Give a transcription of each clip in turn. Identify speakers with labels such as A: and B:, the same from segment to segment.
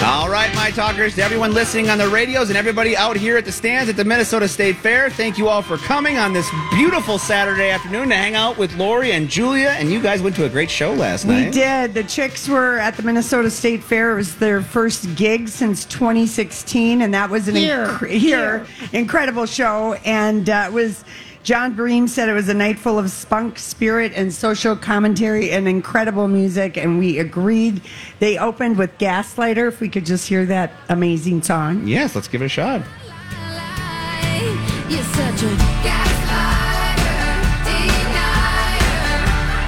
A: All right, my talkers, to everyone listening on the radios and everybody out here at the stands at the Minnesota State Fair, thank you all for coming on this beautiful Saturday afternoon to hang out with Lori and Julia. And you guys went to a great show last night.
B: We did. The chicks were at the Minnesota State Fair. It was their first gig since 2016, and that was an incre- here, incredible show. And uh, it was. John Bream said it was a night full of spunk, spirit, and social commentary and incredible music, and we agreed. They opened with Gaslighter, if we could just hear that amazing song.
A: Yes, let's give it a shot.
C: You're such a gaslighter, denier,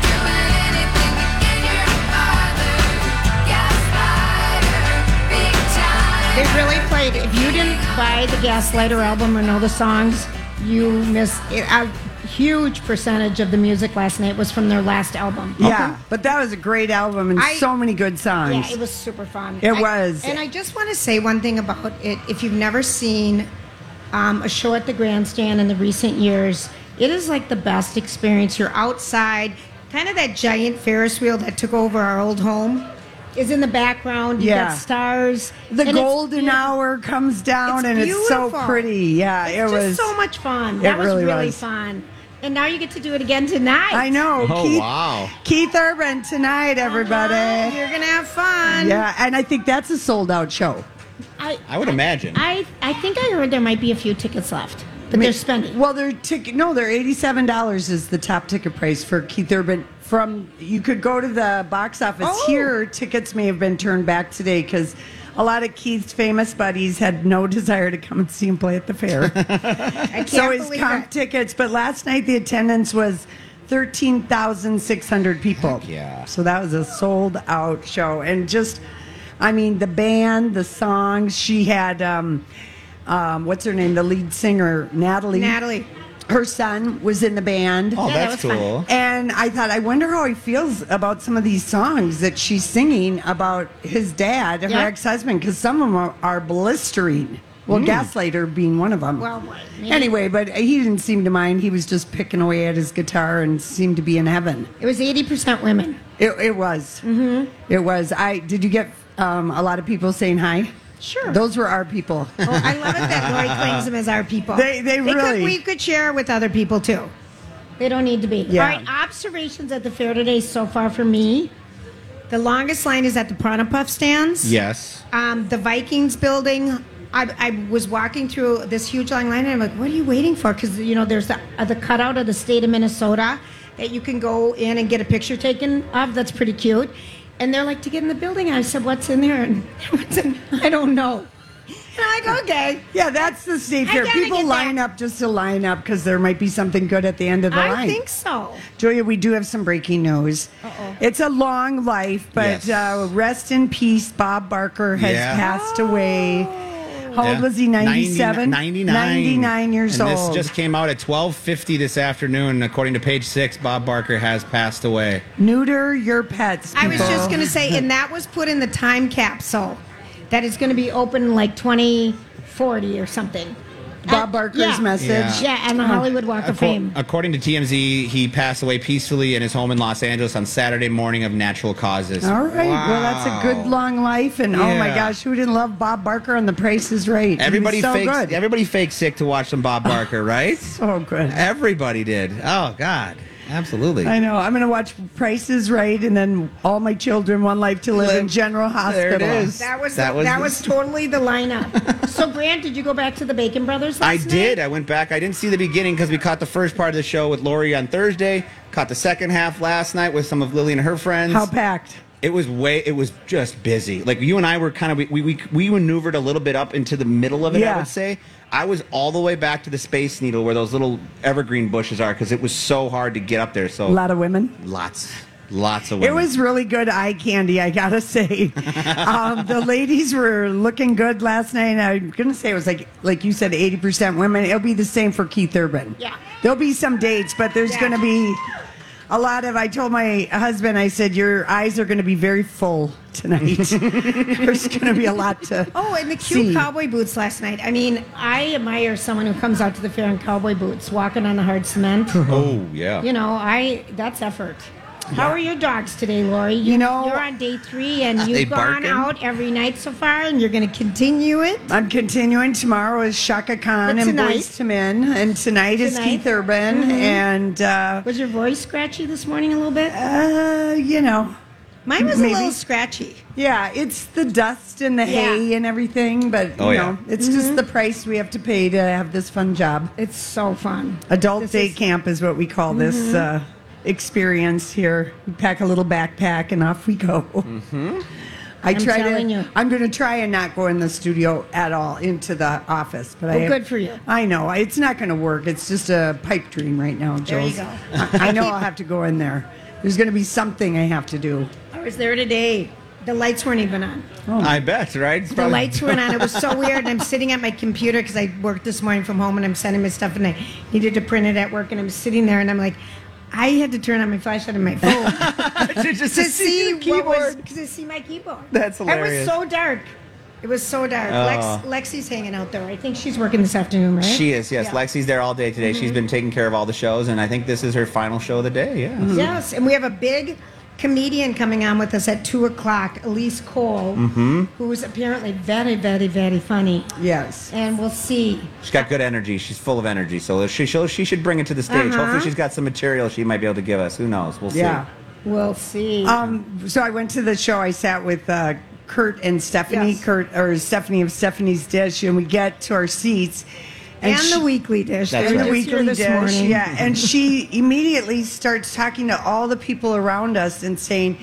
C: doing anything to get your father. Gaslighter, big time.
D: They really played. If you didn't buy the Gaslighter album or know the songs, you missed it. A huge percentage of the music last night was from their last album.
B: Yeah, but that was a great album and
D: I-
B: so many good songs.
D: Yeah, it was super fun.
B: It
D: I-
B: was.
D: And I just want to say one thing about it. If you've never seen um, a show at the grandstand in the recent years, it is like the best experience. You're outside, kind of that giant Ferris wheel that took over our old home is in the background. You've
B: Yeah.
D: got stars.
B: the
D: and it's
B: golden
D: beautiful.
B: hour comes down and it's so
D: beautiful.
B: pretty. Yeah,
D: It's
B: it
D: just
B: was
D: so much fun.
B: it
D: That was
B: really
D: really,
B: was.
D: fun. And now you get to do it again tonight.
B: I know.
A: Oh,
B: Keith,
A: wow.
B: Keith Urban tonight, everybody.
D: Oh, You're gonna have fun.
B: Yeah, and I think that's a sold out show.
D: I,
A: I would imagine.
D: I I think I heard there might be a few tickets left, but they're spending.
B: Well, their ticket, no, they're eighty-seven dollars is the top ticket price for Keith Urban. From you could go to the box office
D: Oh.
B: here. Tickets may have been turned back today because a lot of Keith's famous buddies had no desire to come and see him play at the fair.
D: I can't
B: so his
D: believe
B: comp
D: it.
B: tickets. But last night the attendance was. 13,600 people.
A: yeah.
B: So that was a sold out show. And just, I mean, the band, the songs, she had, um, um, what's her name? The lead singer, Natalie.
D: Natalie.
B: Her son was in the band.
A: oh,
D: Yeah, that
A: that's
D: was fun.
A: cool.
B: And I thought, I wonder how he feels about some of these songs that she's singing about his dad, her
D: Yeah.
B: ex husband, because some of them are, are blistering. Well, Gaslighter being one of them.
D: Mm. Well, maybe-
B: anyway, but he didn't seem to mind. He was just picking away at his guitar and seemed to be in heaven.
D: It was eighty percent women.
B: It, it was. Mm-hmm. It was. I did you get um, a lot of people saying hi?
D: Sure.
B: Those were our people.
D: Oh, I love it that Lori claims them as our people.
B: They- they really-
D: Could, we could share with other people too. They don't need to be.
B: Yeah.
D: All right. Observations at the fair today so far for me. The longest line is at the Prana Puff stands.
A: Yes.
D: um, the Vikings building. I, I was walking through this huge long line, and I'm like, "What are you waiting for?" Because you know, there's the, uh, the cutout of the state of Minnesota that you can go in and get a picture taken of. That's pretty cute. And they're like, "To get in the building," and I said, "What's in there?" And what's in, I don't know. And I'm like, "Okay."
B: Yeah, that's the state
D: I
B: fair.
D: gotta
B: People
D: get
B: line
D: that.
B: up just to line up because there might be something good at the end of the
D: I
B: line.
D: think so.
B: Julia, we do have some breaking news.
D: Uh-oh.
B: It's a long life, but
A: Yes.
B: uh, rest in peace. Bob Barker has
A: Yeah. Oh.
B: passed away. How old
A: Yeah.
B: was he? 97?
A: 99.
B: 99 years
A: and
B: old.
A: This just came out at 12.50 this afternoon. According to page six, Bob Barker has passed away.
B: Neuter your pets.
D: I was
B: people.
D: just going to say, and that was put in the time capsule that is going to be open in like 2040 or something.
B: Bob
D: Uh,
B: Barker's
D: yeah.
B: message.
D: Yeah, and the Hollywood Walk of
A: Acco-
D: Fame.
A: According to TMZ, he passed away peacefully in his home in Los Angeles on Saturday morning of natural causes.
B: All right. Well, that's a
A: Wow.
B: good long life. And oh my
A: Yeah.
B: gosh, who didn't love Bob Barker on The Price is Right? He was
A: Everybody
B: so
A: fakes.
B: good.
A: Everybody fakes sick to watch some Bob Barker, right?
B: so good.
A: Everybody did. Oh God. Absolutely.
B: I know. I'm going to watch Prices Right and then All My Children, One Life to Live,
A: Live.
B: in General
A: There
B: Hospital.
A: it is.
D: That was
A: That
D: that,
A: was
D: was,
A: the-
D: totally the lineup. so, Grant, did you go back to the Bacon Brothers?
A: I
D: last night?
A: did. I went back. I didn't see the beginning because we caught the first part of the show with Lori on Thursday. Caught the second half last night with some of Lily and her friends.
B: How packed.
A: It was way. It was just busy. Like you and I were kind of we we we maneuvered a little bit up into the middle of it. I
B: Yeah.
A: would say I was all the way back to the Space Needle where those little evergreen bushes are because it was so hard to get up there. So
B: A lot of women.
A: lots, lots of
B: It
A: women.
B: was really good eye candy, I gotta say. um, the ladies were looking good last night. and I'm gonna say it was like, like you said, 80% women. It'll be the same for Keith Urban.
D: Yeah.
B: There'll be some dates, but there's
D: Yeah.
B: gonna be a lot of. I told my husband, I said, your eyes are gonna be very full tonight. there's gonna be a lot to.
D: Oh, and the cute
B: see.
D: cowboy boots last night. I mean, I admire someone who comes out to the fair in cowboy boots, walking on the hard cement.
A: Oh yeah.
D: you know, I that's effort. How are your dogs today, Lori? You,
B: know-
D: you're on day three, and
A: they
D: you've gone
A: barking?
D: out every night so far, and you're going to continue it.
B: I'm continuing. Tomorrow is Shaka Khan
D: But
B: and
D: tonight-
B: Boys to Men, and tonight, is
D: Tonight? Mm-hmm.
B: Keith Urban, and uh,
D: Was your voice scratchy this morning a little bit?
B: uh, you know.
D: Mine was
B: maybe.
D: a little scratchy.
B: Yeah, it's the dust and the
D: Yeah. Mm-hmm.
B: hay and everything, but
A: Oh,
B: you
A: yeah.
B: know, it's just the price we have to pay to have this fun job.
D: It's so fun.
B: Adult
D: This
B: day
D: is- Mm-hmm.
B: camp is what we call this uh, experience here. We pack a little backpack and off we go.
A: Mm-hmm.
B: I
D: I'm
B: try
D: telling
B: to.
D: you.
B: I'm going to try and not go in the studio at all into the office. But I
D: Well, good for you.
B: I know it's not going to work. It's just a pipe dream right now,
D: There you
B: Jules.
D: go.
B: I, I know I'll have to go in there. There's going to be something I have to do.
D: I was there today. The lights weren't even on.
A: I bet right. It's
D: The
A: probably-
D: lights weren't on. It was so weird. And I'm sitting at my computer because I worked this morning from home and I'm sending my stuff and I needed to print it at work. And I'm sitting there and I'm like, I had to turn on my flashlight on my phone
A: just
D: to see
A: the
D: what was,
A: keyboard.
D: to see my keyboard.
A: That's
D: It was
A: hilarious.
D: so dark. It was so dark.
A: Oh.
D: Lex, Lexi's hanging out there. I think she's working this afternoon, right?
A: She is, yes.
D: Yeah.
A: Lexi's there all day today. She's been taking care of all the shows, and I think this is her final show of the day. Yeah.
D: Yes, and we have a big comedian coming on with us at two o'clock, Elise Cole,
A: Mm-hmm.
D: who is apparently very, very, very funny.
B: Yes.
D: And we'll see.
A: She's got good energy. She's full of energy. So she she'll, she should bring it to the stage.
D: Uh-huh.
A: Hopefully, she's got some material she might be able to give us. Who knows? We'll see.
B: Yeah.
D: We'll see.
A: Oh,
B: Um, so I went to the show. I sat with uh, Kurt and Stephanie,
D: Yes.
B: Kurt or Stephanie of Stephanie's Dish, and we get to our seats.
D: and
B: she-
D: the weekly dish.
A: That's
D: They were
A: right.
B: the
D: just
B: weekly
D: here this
B: dish,
D: morning.
B: yeah. And she immediately starts talking to all the people around us and saying,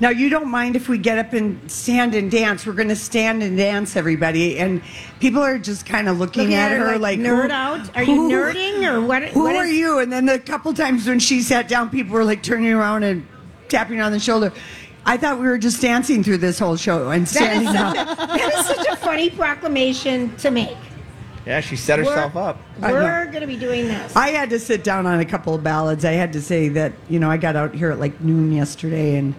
B: "Now you don't mind if we get up and stand and dance? We're going to stand and dance, everybody." And people are just kind of looking,
D: Looking
B: at, her like,
D: nerd
B: who-
D: out. Are you
B: who-
D: nerding or what?
B: who
D: what
B: are
D: is-
B: you? And then the couple times when she sat down, people were like turning around and tapping her on the shoulder. I thought we were just dancing through this whole show and
D: That is,
B: standing up.
D: such a, that is such a funny proclamation to make.
A: Yeah, she set herself up.
B: I know.
D: We're going to be doing this.
B: I had to sit down on a couple of ballads. I had to say that, you know, I got out here at like noon yesterday and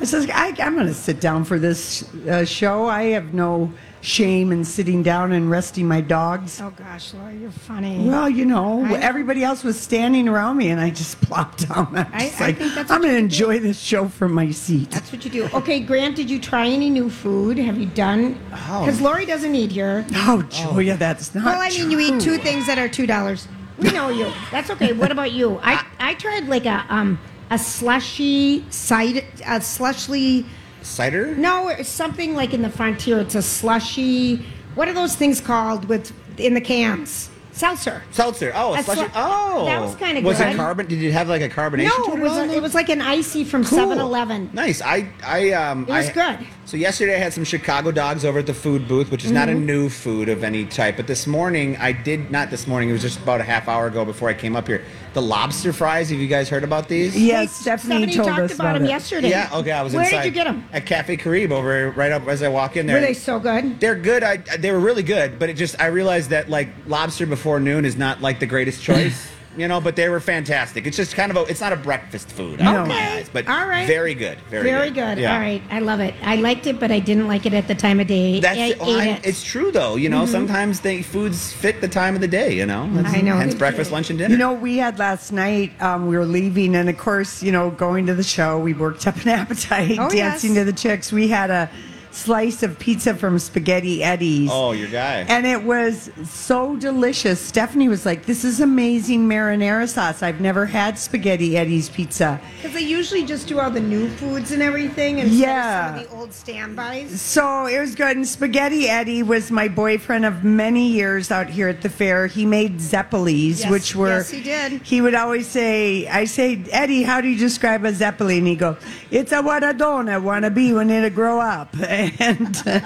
B: I says, I, I'm going to sit down for this uh, show. I have no shame in sitting down and resting my dogs.
D: oh gosh, Laura, you're funny.
B: Well, you know,
D: I know.
B: everybody else was standing around me, and I just plopped down. I'm
D: I-
B: just
D: I
B: like,
D: think that's
B: I'm
D: what
B: going to
D: you do.
B: enjoy this show from my seat.
D: That's what you do. Okay, Grant, did you try any new food? Have you done?
A: Oh.
D: Because Lori doesn't eat here.
B: Oh, Julia, that's not.
D: Well, I mean, you eat two things that are two dollars. We know you. That's okay. What about you? I I tried like a um a slushy cider a slushly
A: Cider?
D: no it's something like in the frontier. It's a slushy. What are those things called with in the cans? Seltzer.
A: Seltzer. Oh, a
D: A
A: slushy.
D: slu-
A: oh.
D: That was kinda
A: Was it
D: good.
A: carbon? Did it have like a carbonation
D: No,
A: to it?
D: it
A: at
D: was
A: all?
D: a, it was like an icy from
A: Cool.
D: 7-Eleven.
A: Nice. I I um.
D: It was
A: I-
D: good.
A: So yesterday I had some Chicago dogs over at the food booth, which is not a
D: Mm-hmm.
A: new food of any type. But this morning I did not. This morning it was just about a half hour ago before I came up here. The lobster fries. Have you guys heard about these?
B: yes, Stephanie
D: Somebody
B: told
D: talked
B: us
D: about,
B: about,
D: them
B: it.
D: yesterday.
A: Yeah. Okay. I was
D: Where
A: inside.
D: did you get them?
A: At Cafe Carib over right up as I walk in there.
D: Were they so good?
A: They're good. I they were really good, but it just I realized that like lobster before noon is not like the greatest choice, you know. But they were fantastic. It's just kind of a it's not a breakfast food. I don't know,
D: Okay.
A: guys, but
D: All right.
A: very good. Very,
D: Very
A: good.
D: good.
A: Yeah.
D: All right. I love it. I liked it, but I didn't like it at the time of day.
A: That's
D: I
A: well,
D: ate
A: I'm-
D: it. Mm-hmm.
A: it's true though. You know, sometimes they foods fit the time of the day. You know,
D: I know.
A: Hence breakfast, lunch, and dinner.
B: You know, we had last night, um, we were leaving, and of course, you know, going to the show, we worked up an appetite,
D: Oh, yes.
B: dancing to the chicks. We had a slice of pizza from Spaghetti Eddie's.
A: Oh, your guy.
B: And it was so delicious. Stephanie was like, "This is amazing marinara sauce. I've never had Spaghetti Eddie's pizza."
D: Because they usually just do all the new foods and everything, and yeah.
B: Yeah.
D: some of the old standbys.
B: So it was good. And Spaghetti Eddie was my boyfriend of many years out here at the fair. He made Zeppelis,
D: Yes.
B: which were.
D: Yes, he did.
B: He would always say, I say, Eddie, how do you describe a Zeppelin? He'd go, It's a what I don't I want to be when it'll grow up. And uh,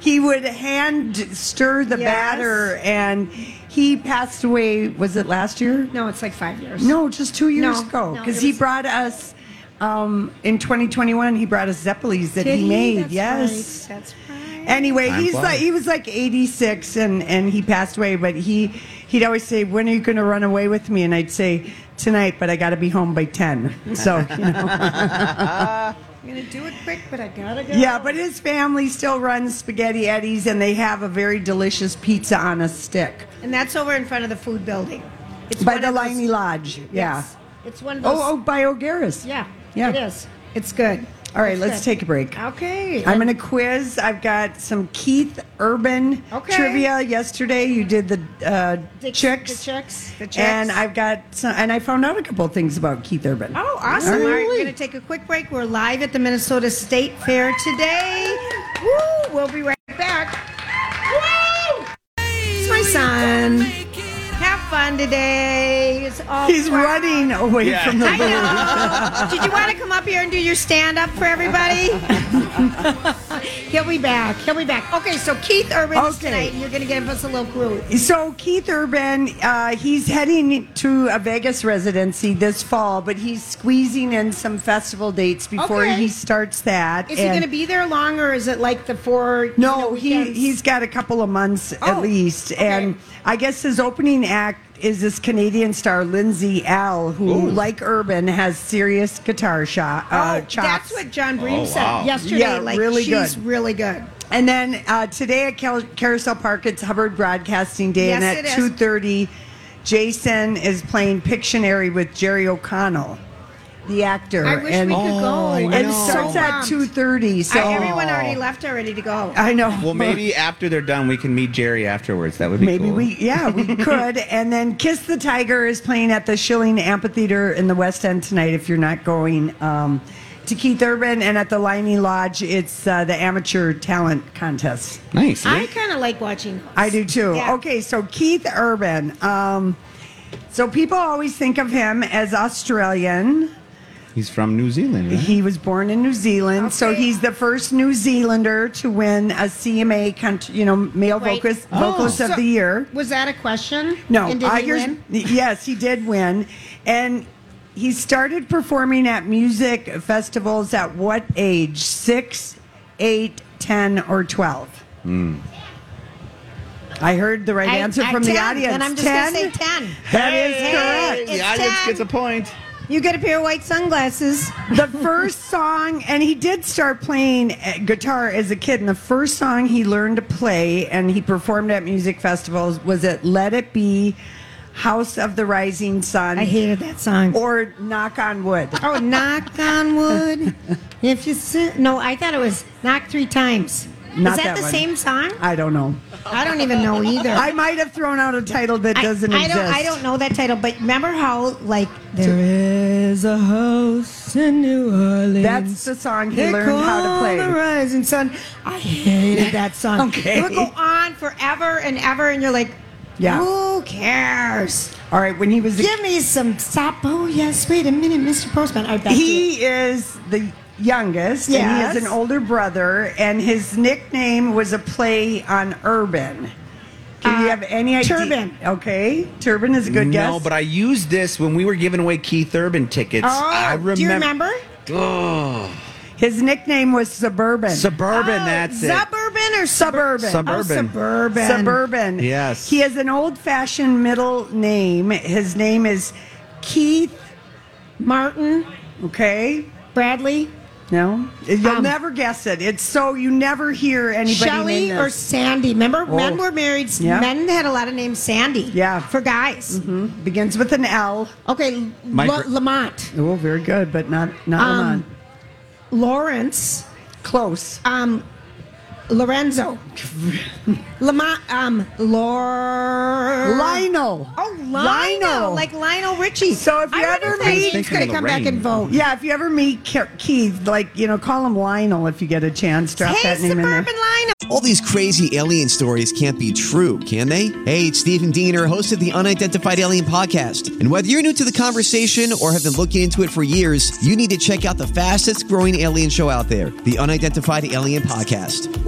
B: he would hand stir the
D: Yes.
B: batter. And he passed away, was it last year?
D: No, it's like five years.
B: No, just two years
D: No,
B: ago.
D: no,
B: Because
D: it
B: he
D: was-
B: brought us. Um, in 2021, he brought us Zeppelis that
D: Did
B: he made.
D: That's
B: yes,
D: right. that's right.
B: Anyway,
A: Time
B: he's
A: flies.
B: like he was like 86 and and he passed away, but he he'd always say, "When are you going to run away with me?" And I'd say, "Tonight, but I got to be home by 10." So, you know.
D: I'm gonna do it quick, but I gotta go.
B: yeah, but his family still runs Spaghetti Eddie's and they have a very delicious pizza on a stick
D: and that's over in front of the food building. It's
B: by
D: one
B: the
D: of those-
B: Liney Lodge. Yeah.
D: Yes. It's one of those.
B: Oh, oh, by O'Garris.
D: yeah,
B: Yeah.
D: It is. It's good.
B: All right,
D: It's
B: let's
D: good.
B: take a break.
D: Okay.
B: I'm in a quiz. I've got some Keith Urban
D: Okay.
B: trivia. Yesterday, you did the, uh,
D: The-
B: chicks.
D: the chicks, the chicks.
B: And I've got some, and I found out a couple things about Keith Urban.
D: Oh, awesome. All right, we're
B: Really?
D: going to take a quick break. We're live at the Minnesota State Fair today. Woo! We'll be right back. Woo! It's my son. Have fun today. It's all
B: He's
D: fun.
B: running away
A: Yeah.
B: from the
D: I know. Did you want to come up here and do your stand up for everybody? He'll be back. He'll be back. Okay, so Keith Urban is
B: Okay.
D: tonight, and you're going to give us a little clue.
B: So Keith Urban, uh, he's heading to a Vegas residency this fall, but he's squeezing in some festival dates before
D: Okay.
B: he starts that.
D: Is he
B: And-
D: going to be there long, or is it like the four? you
B: No,
D: know,
B: he
D: weekends?
B: he's got a couple of months
D: Oh,
B: at least,
D: okay.
B: and I guess his opening act is this Canadian star Lindsay L, who, like Urban, has serious guitar shot uh,
D: oh,
B: chops.
D: that's what John Bream
A: Oh,
D: said
A: wow.
D: yesterday.
B: Yeah,
D: like
B: really
D: she's
B: good.
D: really good.
B: and then uh, today at Cal- Carousel Park, it's Hubbard Broadcasting Day,
D: Yes,
B: and
D: it is.
B: at two thirty, Jason is playing Pictionary with Jerry O'Connell, the actor.
D: I wish
B: and
D: we could
A: Oh,
D: go. I'm
B: and it
D: so
B: starts at
D: bummed.
B: two thirty. So Uh,
D: I- everyone already left already to go.
B: I know.
A: well, maybe after they're done, we can meet Jerry afterwards. That would be
B: Maybe
A: cool.
B: we, yeah, we could. And then Kiss the Tiger is playing at the Schilling Amphitheater in the West End tonight if you're not going um, to Keith Urban. And at the Liney Lodge, it's uh, the amateur talent contest.
A: Nice. eh?
D: I kind of like watching. those.
B: I do too.
D: Yeah.
B: Okay, so Keith Urban. Um, so people always think of him as Australian.
A: He's from New Zealand. Right?
B: He was born in New Zealand, so
D: Okay.
B: he's the first New Zealander to win a CMA, country, you know, male
D: Right.
B: vocalist, vocalist of
D: Oh. So,
B: the year.
D: Was that a question?
B: No,
D: And did
B: uh,
D: he
B: here's-
D: win?
B: yes, he did win, and he started performing at music festivals at what age? Six, eight, ten, or twelve? Hmm. I heard the right
D: I-
B: answer
D: I-
B: from the
D: 10,
B: audience.
D: And I'm just
B: ten.
D: going to say 10.
B: That is
D: Hey,
B: correct.
D: it's
A: The audience
D: 10.
A: gets a point.
D: You get a pair of white sunglasses.
B: the first song, and he did start playing uh, guitar as a kid. And the first song he learned to play and he performed at music festivals was at "Let It Be," "House of the Rising Sun."
D: I hated that song.
B: or knock on wood.
D: oh, knock on wood. If you sit. No, I thought it was knock three times.
B: Not
D: is that,
B: that
D: the
B: one.
D: same song?
B: I don't know.
D: I don't even know either.
B: I might have thrown out a title that doesn't
D: I, I
B: exist.
D: don't, I don't know that title, but remember how like there is a house in New Orleans.
B: That's the song he learned how to play.
D: The rising sun. I hated that song.
B: Okay.
D: it would go on forever and ever, and you're like,
B: Yeah.
D: who cares?
B: All right, when he was a,
D: Give me some stop. Oh yes, wait a minute, Mr. Postman. I bet
B: he is the youngest, and he
D: Yes.
B: has an older brother, and his nickname was a play on Urban. Can you
D: Uh,
B: have any idea?
D: Turban.
B: Okay, Turban is a good guess.
A: No, but I used this when we were giving away Keith Urban tickets.
D: Oh,
A: I remember.
D: do you remember?
B: his nickname was Suburban.
A: Suburban.
D: Oh,
A: that's it.
D: Suburban or suburban?
A: Suburban.
D: Oh, suburban.
B: Suburban.
A: Yes.
B: He has an old-fashioned middle name. His name is Keith.
D: Martin,
B: Okay.
D: Bradley,
B: No, you'll
D: Um,
B: never guess it. It's so you never hear anybody.
D: Shelly
B: name
D: or
B: this.
D: Sandy. Remember, men
B: Oh.
D: were married. s-
B: Yeah.
D: Men had a lot of names Sandy.
B: Yeah. Mm-hmm.
D: For guys.
B: begins with an L.
D: Okay,
A: My
D: Lo-
A: gr-
D: Lamont.
B: Oh, very good, but not not
D: Um,
B: Lamont.
D: Lawrence.
B: Close.
D: Um, Lorenzo. Lamont, um, Lor.
B: Lionel.
D: Oh, Lionel. Like Lionel Richie.
B: So if you
D: I wonder
B: ever
D: that
B: meet-
D: he's going to
A: Thinking
D: come back and
A: Lorraine.
D: vote.
B: yeah, if you ever meet Ke- Keith, like, you know, call him Lionel if you get a chance. Drop
D: Hey,
B: that name in there.
D: Suburban Lionel.
E: All these crazy alien stories can't be true, can they? Hey, it's Stephen Diener, host of the Unidentified Alien Podcast. And whether you're new to the conversation or have been looking into it for years, you need to check out the fastest growing alien show out there, the Unidentified Alien Podcast,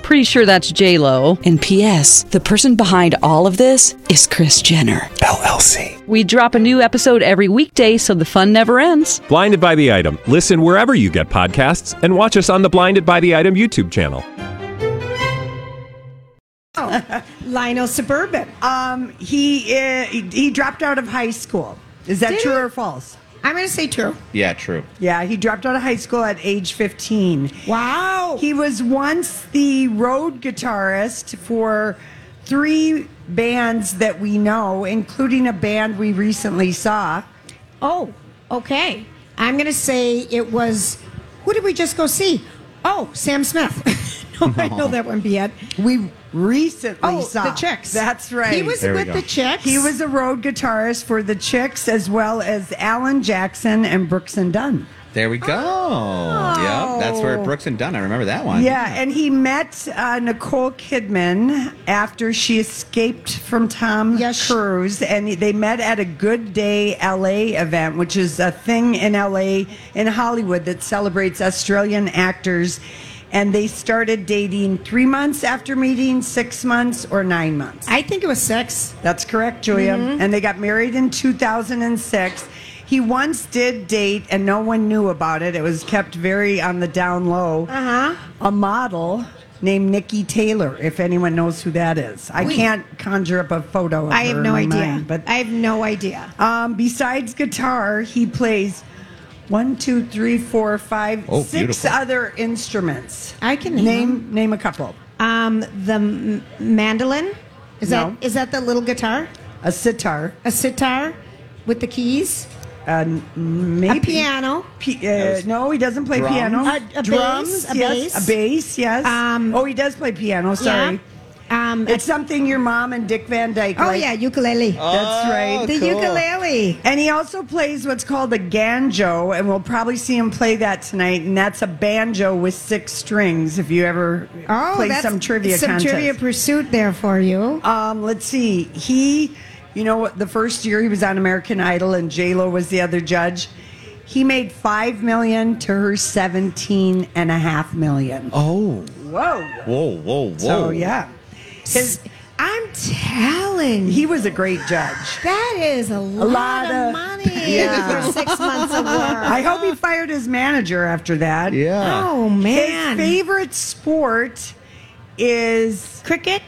F: Pretty sure that's J Lo. And P.S. The person behind all of this is Chris Jenner.
G: LLC.
F: We drop a new episode every weekday, so the fun never ends.
G: Blinded by the item. Listen wherever you get podcasts, and watch us on the Blinded by the Item YouTube channel.
D: Lionel Suburban.
B: Um, he, uh, he he dropped out of high school. Is that
D: Did
B: true
D: he?
B: or false?
D: I'm going to say true.
A: Yeah, true.
B: Yeah, he dropped out of high school at age 15.
D: Wow.
B: He was once the road guitarist for three bands that we know, including a band we recently saw.
D: Oh, okay. I'm going to say it was. Who did we just go see? Oh, Sam Smith. no, I know that wouldn't be it.
B: We recently
D: Oh,
B: saw
D: the Chicks.
B: That's right.
D: He was
A: There we
D: with
A: go.
D: the Chicks.
B: He was a road guitarist for the Chicks as well as Alan Jackson and Brooks and Dunn.
A: There we go.
D: Oh.
A: Yeah, that's where Brooks and Dunn. I remember that one.
B: Yeah, and he met uh, Nicole Kidman after she escaped from Tom
D: Yes.
B: Cruise, and they met at a Good Day LA event, which is a thing in LA in Hollywood that celebrates Australian actors. And they started dating three months after meeting, six months, or nine months.
D: I think it was six.
B: That's correct, Julia. And they got married in 2006. He once did date, and no one knew about it. It was kept very on the down low.
D: Uh huh.
B: A model named Nikki Taylor, if anyone knows who that is. I can't conjure up a photo of
D: I
B: her
D: have
B: in
D: no
B: my
D: idea.
B: mind, but
D: I have no idea.
B: um, besides guitar, he plays one, two, three, four, five, six
A: Oh, beautiful.
B: other instruments.
D: I can name.
B: Name name a couple.
D: Um, the m- mandolin. Is
B: No.
D: that is that the little guitar?
B: A sitar,
D: A sitar with the keys.
B: maybe
D: A piano.
B: P- uh, no, he doesn't play
A: Drums?
B: piano.
D: A- a
B: drums,
D: bass, a
B: yes,
D: bass.
B: a bass, yes.
D: Um,
B: oh, he does play piano. Sorry,
D: Yeah. Um,
B: it's something your mom and Dick Van Dyke.
D: oh
B: like.
D: yeah, ukulele.
B: that's right.
D: the ukulele.
B: And he also plays what's called a ganjo, and we'll probably see him play that tonight. And that's a banjo with six strings. If you ever
D: Oh,
B: play
D: that's
B: some trivia
D: some
B: contest.
D: trivia pursuit there for you.
B: Um, let's see. He, you know, what, the first year he was on American Idol, and J Lo was the other judge. He made five million to her seventeen and a half million. Oh, whoa!
A: Whoa, whoa, whoa.
B: So yeah, his,
D: I'm telling you,
B: he was a great judge.
D: that is a lot,
B: lot
D: of,
B: of-
D: money
B: Yeah.
D: for six months of work.
B: I hope he fired his manager after that.
A: Yeah.
D: oh man,
B: His favorite sport is
D: cricket,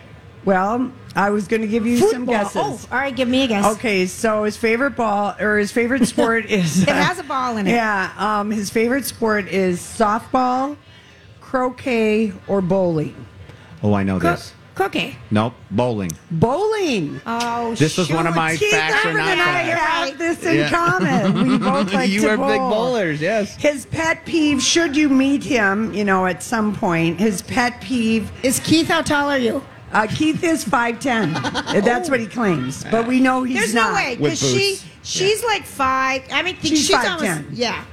B: well, I was going to give you some
D: football.
B: guesses.
D: Oh, all right, give me a guess.
B: Okay, so his favorite ball or his favorite sport is
D: It has a ball in it.
B: Yeah, um, his favorite sport is softball, croquet, or bowling.
A: Oh, I know
D: Co-
A: this.
D: cookie.
A: Nope, bowling.
B: Bowling.
D: Oh,
A: This was one of
D: shoot.
A: my
D: Keith,
A: facts or
D: Urban
A: not
D: and I
A: facts.
D: are
B: have
D: right.
B: this in
A: Yeah.
B: common. We both like
A: you
B: to
A: are
B: bowl.
A: big bowlers, yes.
B: His pet peeve, should you meet him, you know, at some point, his pet peeve,
D: Is Keith? How tall are you?
B: uh, Keith is 5'10. That's what he claims, but we know he's
D: There's
B: not.
D: no way
A: With
D: because she
A: boots.
D: she's like five. I mean,
B: She's
D: she's, almost
B: 5'10".
D: yeah,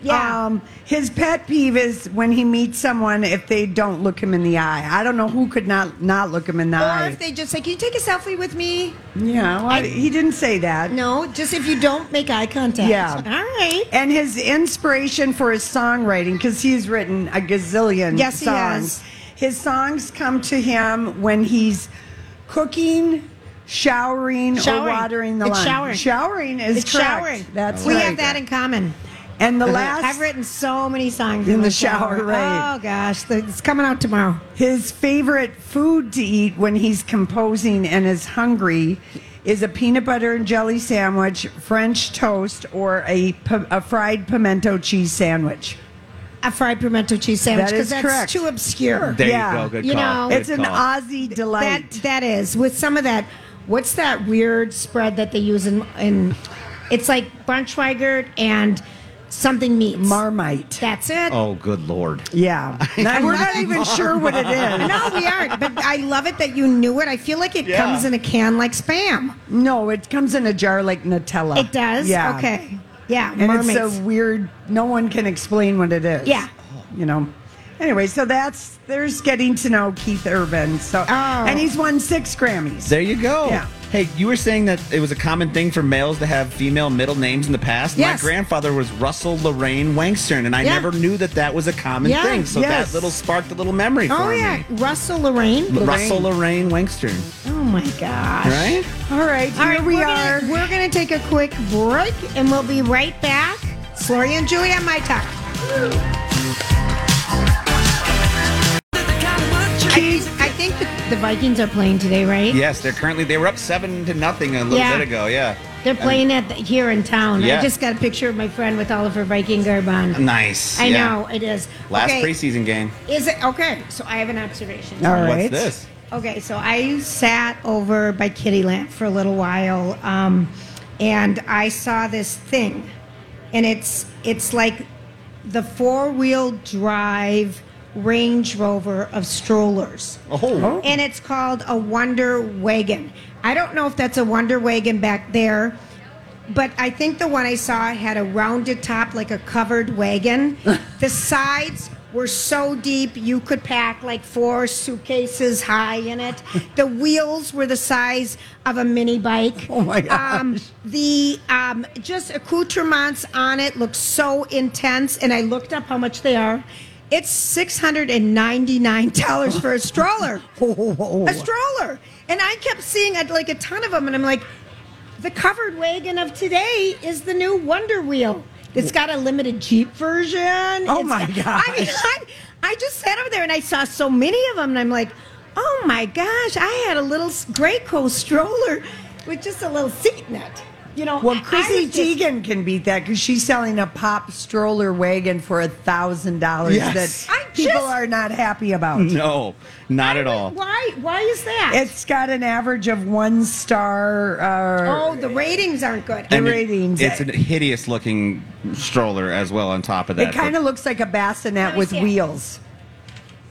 D: yeah.
B: Um, his pet peeve is when he meets someone if they don't look him in the eye. I don't know who could not not look him in the
D: or
B: eye.
D: if they just say, "Can you take a selfie with me?"
B: yeah, well, he didn't say that.
D: No, just if you don't make eye contact.
B: Yeah.
D: All right.
B: And his inspiration for his songwriting, because he's written a gazillion
D: Yes, he
B: songs.
D: has.
B: His songs come to him when he's cooking, showering,
D: Showering.
B: or watering the
D: It's
B: lawn.
D: showering.
B: Showering is
D: It's
B: correct.
D: showering.
B: That's
D: we
B: right.
D: have that in common.
B: And the last,
D: I've written so many songs
B: In
D: in,
B: the shower, right.
D: Oh gosh, the- it's coming out tomorrow.
B: his favorite food to eat when he's composing and is hungry is a peanut butter and jelly sandwich, French toast, or a, p- a fried pimento cheese sandwich.
D: A fried pimento cheese sandwich
B: That
D: because
B: is
D: that's
B: correct.
D: too obscure.
A: There
B: Yeah.
A: you go. Good
D: You
A: call.
D: know,
A: Good
B: it's an
A: call.
B: Aussie delight.
D: That that is with some of that. What's that weird spread that they use in in? It's like Braunschweigert and something meats.
B: Marmite.
D: That's it.
A: Oh, good lord.
B: Yeah. Now, we're not even sure what it is.
D: No, we aren't. But I love it that you knew it. I feel like it
A: Yeah.
D: comes in a can like spam.
B: No, it comes in a jar like Nutella.
D: It does.
B: Yeah.
D: Okay. Yeah.
B: And
D: mermaids.
B: it's a weird, no one can explain what it is.
D: Yeah.
B: You know? Anyway, so that's, there's getting to know Keith Urban. So,
D: Oh.
B: and he's won six Grammys.
A: There you go.
B: Yeah.
A: Hey, you were saying that it was a common thing for males to have female middle names in the past.
D: Yes.
A: My grandfather was Russell Lorraine Wangstern, and I
D: Yeah.
A: never knew that that was a common
D: Yeah.
A: thing. So
B: Yes.
A: that little sparked a little memory for
D: oh yeah,
A: me.
D: Russell Lorraine.
A: Russell Lorraine Wangstern,
D: Oh my gosh.
A: right?
B: All right,
D: All
B: here
D: right,
B: we
D: we're
B: are.
D: Gonna, we're going to take a quick break and we'll be right back. It's Lori and Julia on My Talk. I, I think the, the Vikings are playing today, right?
A: Yes, they're currently they were up seven to nothing a little
D: Yeah.
A: bit ago. Yeah.
D: They're playing at the, here in town.
A: Yeah.
D: I just got a picture of my friend with all of her Viking garb on.
A: Nice.
D: I
A: yeah.
D: know it is.
A: Last
D: okay,
A: preseason game.
D: Is it okay? So I have an observation.
B: All
A: What's
B: right.
A: this?
D: Okay, so I sat over by Kittyland for a little while, um, and I saw this thing, and it's it's like the four wheel drive Range Rover of strollers,
A: Oh,
D: and it's called a Wonder Wagon. I don't know if that's a Wonder Wagon back there. But I think the one I saw had a rounded top, like a covered wagon. the sides were so deep you could pack like four suitcases high in it. The wheels were the size of a mini bike. Oh
B: my gosh.
D: Um, the um, just accoutrements on it looked so intense, and I looked up how much they are. It's six hundred and ninety nine dollars for a stroller.
B: Oh
D: A stroller, and I kept seeing uh, like a ton of them, and I'm like, the covered wagon of today is the new Wonder Wheel. It's got a limited Jeep version.
B: Oh
D: It's-
B: my gosh.
D: I mean, I, I just sat over there and I saw so many of them, and I'm like, oh my gosh! I had a little Graco stroller with just a little seat in it. You know, I-
B: Well,
D: I
B: Chrissy
D: was just-
B: Teigen can beat that because she's selling a pop stroller wagon for a thousand dollars
A: Yes.
B: that
D: I
B: people
D: just-
B: are not happy about.
A: no, not at all.
D: Why? Why is that?
B: It's got an average of one star. Uh,
D: oh, the ratings aren't good.
B: And
A: it-
B: ratings.
A: it's a hideous looking stroller as well. On top of that,
B: it kind of looks like a bassinet with
D: see it.
B: wheels.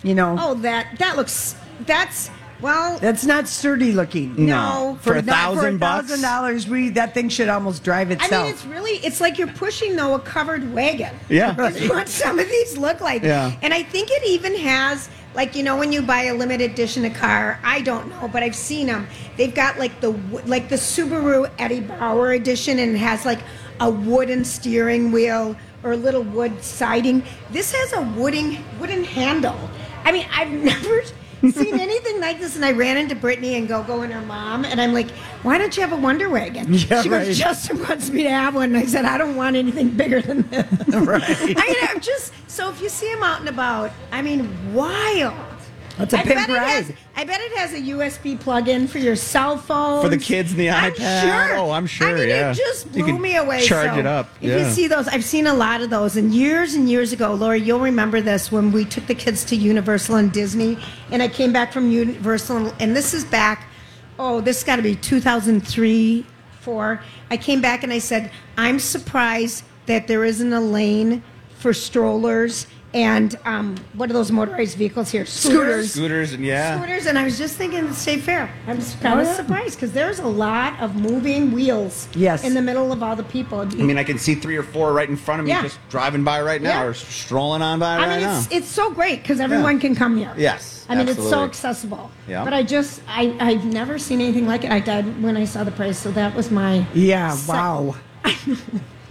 B: You know,
D: oh, that that looks. That's well.
B: that's not sturdy looking.
A: no for, a
B: not- for
A: thousand bucks.
B: thousand dollars, we that thing should almost drive
D: I
B: itself.
D: mean, it's really, it's like you're pushing, though, a covered wagon.
A: Yeah.
D: That's what some of these look like.
A: Yeah.
D: And I think it even has, like, you know, when you buy a limited edition a car, I don't know, but I've seen them. They've got, like, the wo- like the Subaru Eddie Bauer edition, and it has, like, a wooden steering wheel or little wood siding. This has a wooden, wooden handle. I mean, I've never seen anything like this, and I ran into Brittany and Gogo and her mom, and I'm like, why don't you have a Wonder Wagon?
B: Yeah,
D: she
B: right.
D: goes, Justin wants me to have one. And I said, I don't want anything bigger than this. I mean, I'm just, so if you see him out and about, I mean, wild.
B: That's a
D: I
B: pimp
D: bet it
B: ride.
D: has- I bet it has a USB plug-in for your cell phone.
A: For the kids and the
D: I'm
A: iPad.
D: Sure.
A: Oh, I'm
D: I
A: sure,
D: mean,
A: yeah.
D: it just
A: You
D: blew
A: can
D: me away.
A: charge
D: so
A: it up,
D: If
A: yeah.
D: you see those, I've seen a lot of those, and years and years ago, Lori, you'll remember this when we took the kids to Universal and Disney, and I came back from Universal, and, and this is back. Oh, this got to be 2003, four. I came back and I said, I'm surprised that there isn't a lane for strollers and um, what are those motorized vehicles here? Scooters
A: scooters and yeah.
D: scooters, and I was just thinking, stay fair. I'm
B: Oh,
D: kind of
B: yeah.
D: surprised because there's a lot of moving wheels.
B: Yes.
D: In the middle of all the people. I
A: I
D: mean,
A: mean, I can see three or four right in front of me
D: Yeah.
A: just driving by right now
D: Yeah.
A: or strolling on by right now.
D: it's it's so great because everyone
A: Yeah.
D: can come here.
A: Yes,
D: I mean, it's so
A: absolutely.
D: accessible.
A: Yeah.
D: But I just I I've never seen anything like it. I died when I saw the price, so that was my.
B: yeah.
D: sec-
B: Wow.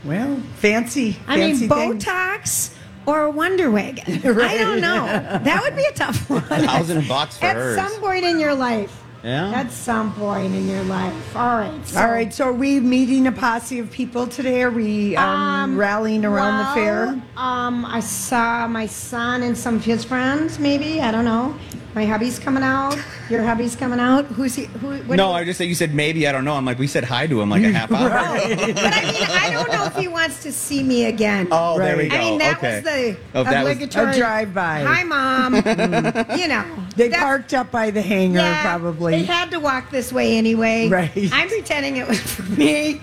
B: well, fancy.
D: I mean,
B: fancy things.
D: Botox. Or a Wonder Wagon. I don't know. That would be a tough one.
A: thousand bucks for
D: At
A: hers.
D: some point in your life,
A: Yeah.
D: At some point in your life. All right. so-
B: All right, so are we meeting a posse of people today? Are we um, rallying around the fair?
D: Well, Um, I saw my son and some of his friends. Maybe I don't know. My hubby's coming out. Your hubby's coming out. Who's he? Who? What
A: no,
D: do
A: I
D: you-
A: just said you said maybe I don't know. I'm like we said hi to him like a half hour. ago.
D: but I mean, I don't know if he wants to see me again.
A: Oh, there we
B: Right.
A: go.
D: I mean, that
A: okay.
D: was the
A: Oh, that was-
D: obligatory
B: A drive-by.
D: Hi, mom.
A: Mm.
D: you know,
B: They
D: that's-
B: parked up by the hangar,
D: yeah, They
B: probably.
D: had to walk this way anyway.
B: Right.
D: I'm pretending it was for me,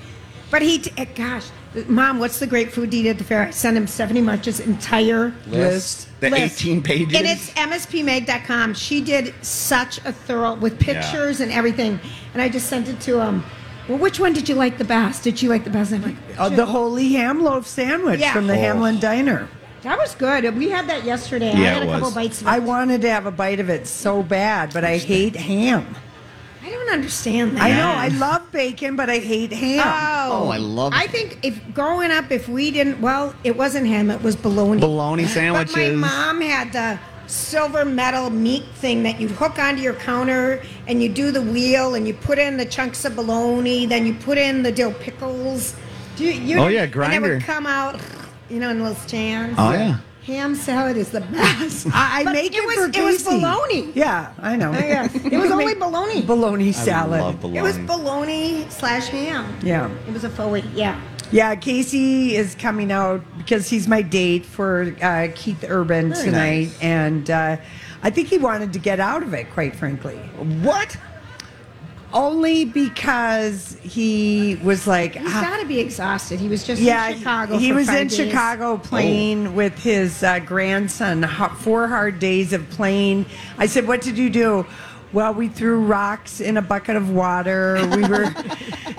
D: but he. T- eh, gosh, mom, what's the great food to eat at the fair? I sent him Stephanie Munch's entire
A: list. The
D: list.
A: 18 pages.
D: And it's mspmeg.com. She did such a thorough with pictures and everything. And I just sent it to him. Well, which one did you like the best? Did you like the best? And I'm like,
B: Uh, the holy ham loaf sandwich
D: Yeah.
B: from the
D: Oh.
B: Hamlin Diner.
D: that was good. We had that yesterday. I
A: Yeah,
D: had
A: it
D: a couple
A: was.
D: bites of it.
B: I wanted to have a bite of it so bad, but I hate ham.
D: I don't understand that.
B: I know I love bacon, but I hate ham.
D: Oh,
A: Oh, I love
D: I
A: it.
D: think if growing up, if we didn't, well, it wasn't ham, it was bologna.
A: Bologna sandwiches.
D: But my mom had the silver metal meat thing that you'd hook onto your counter and you do the wheel and you put in the chunks of bologna, then you put in the dill pickles. Do you, you
A: Oh, yeah,
D: And it
A: grinder.
D: would come out, you know, in little stands.
A: Oh, yeah.
D: Ham salad is the best.
B: I, I
D: But
B: make it,
D: was,
B: for
D: It was
B: Casey.
D: bologna.
B: Yeah, I know.
D: Yeah. It was only bologna.
B: bologna
A: I
B: salad.
A: love bologna.
D: It was bologna slash ham.
B: Yeah.
D: It was a faux yeah.
B: Yeah, Casey is coming out because he's my date for uh, Keith Urban tonight,
A: nice.
B: and uh, I think he wanted to get out of it, quite frankly.
A: what?
B: Only because he was like,
D: He's
B: "Ah,
D: got to be exhausted. He was just
B: yeah,
D: in Chicago.
B: he
D: for
B: was
D: five
B: in
D: days.
B: Chicago playing with his uh, grandson. ho- Four hard days of playing. I said, "What did you do?" Well, we threw rocks in a bucket of water. We were.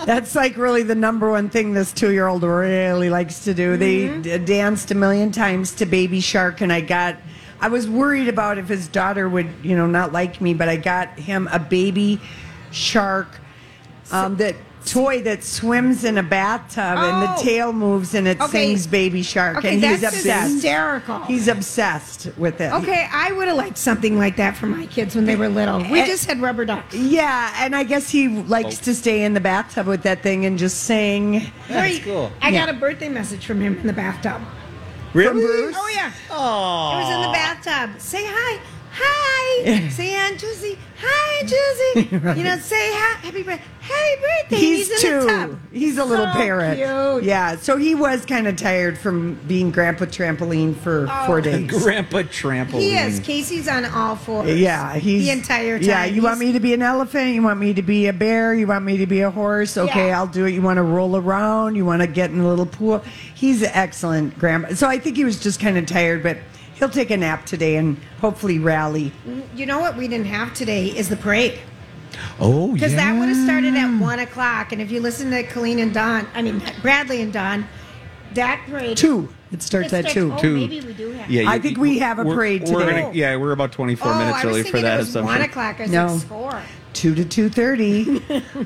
B: that's like really the number one thing this two-year-old really likes to do. They d- danced a million times to Baby Shark, and I got. I was worried about if his daughter would, you know, not like me, but I got him a baby shark, um, that toy that swims in a bathtub and the
D: Oh.
B: tail moves and it
D: Okay.
B: sings Baby Shark,
D: Okay,
B: and he's
D: that's
B: obsessed.
D: hysterical.
B: He's obsessed with it.
D: Okay, I would have liked something like that for my kids when they were little. We
B: Eh.
D: just had rubber ducks.
B: Yeah, and I guess he likes to stay in the bathtub with that thing and just sing.
D: Very-
A: cool.
D: I got a birthday message from him in the bathtub.
A: Really?
D: Oh yeah,
A: Oh.
D: it was in the bathtub. Say hi, hi. say Aunt Juicy, hi Juicy. You know, say hi, happy birthday, happy birthday.
B: He's,
D: He's,
B: two.
D: in the tub.
B: He's a little
D: So
B: parrot.
D: Cute.
B: Yeah, so he was kind of tired from being Grandpa Trampoline for
D: Oh.
B: four days.
A: Grandpa trampoline.
D: He is. Casey's on all fours.
B: Yeah, he's
D: the entire time.
B: Yeah, you want
D: He's-
B: me to be an elephant? You want me to be a bear? You want me to be a horse? Okay,
D: Yeah.
B: I'll do it. You want to roll around? You want to get in a little pool? He's an excellent grandpa. So I think he was just kind of tired, but he'll take a nap today and hopefully rally.
D: You know what we didn't have today is the parade.
A: Oh, yeah.
D: Because that would have started at one o'clock, and if you listen to Colleen and Don, I mean Bradley and Don, that parade
B: Two. It starts
D: It's
B: at two.
D: like- oh,
A: Two.
D: maybe we do have.
A: Yeah,
B: I think we have a
A: we're-
B: parade
A: we're
B: today.
A: gonna- yeah, we're about 24
D: Oh,
A: minutes
D: I was
A: early for
D: thinking
A: that
D: it was one
A: assumption.
D: o'clock. I was
B: No.
D: like, score.
B: two to two thirty,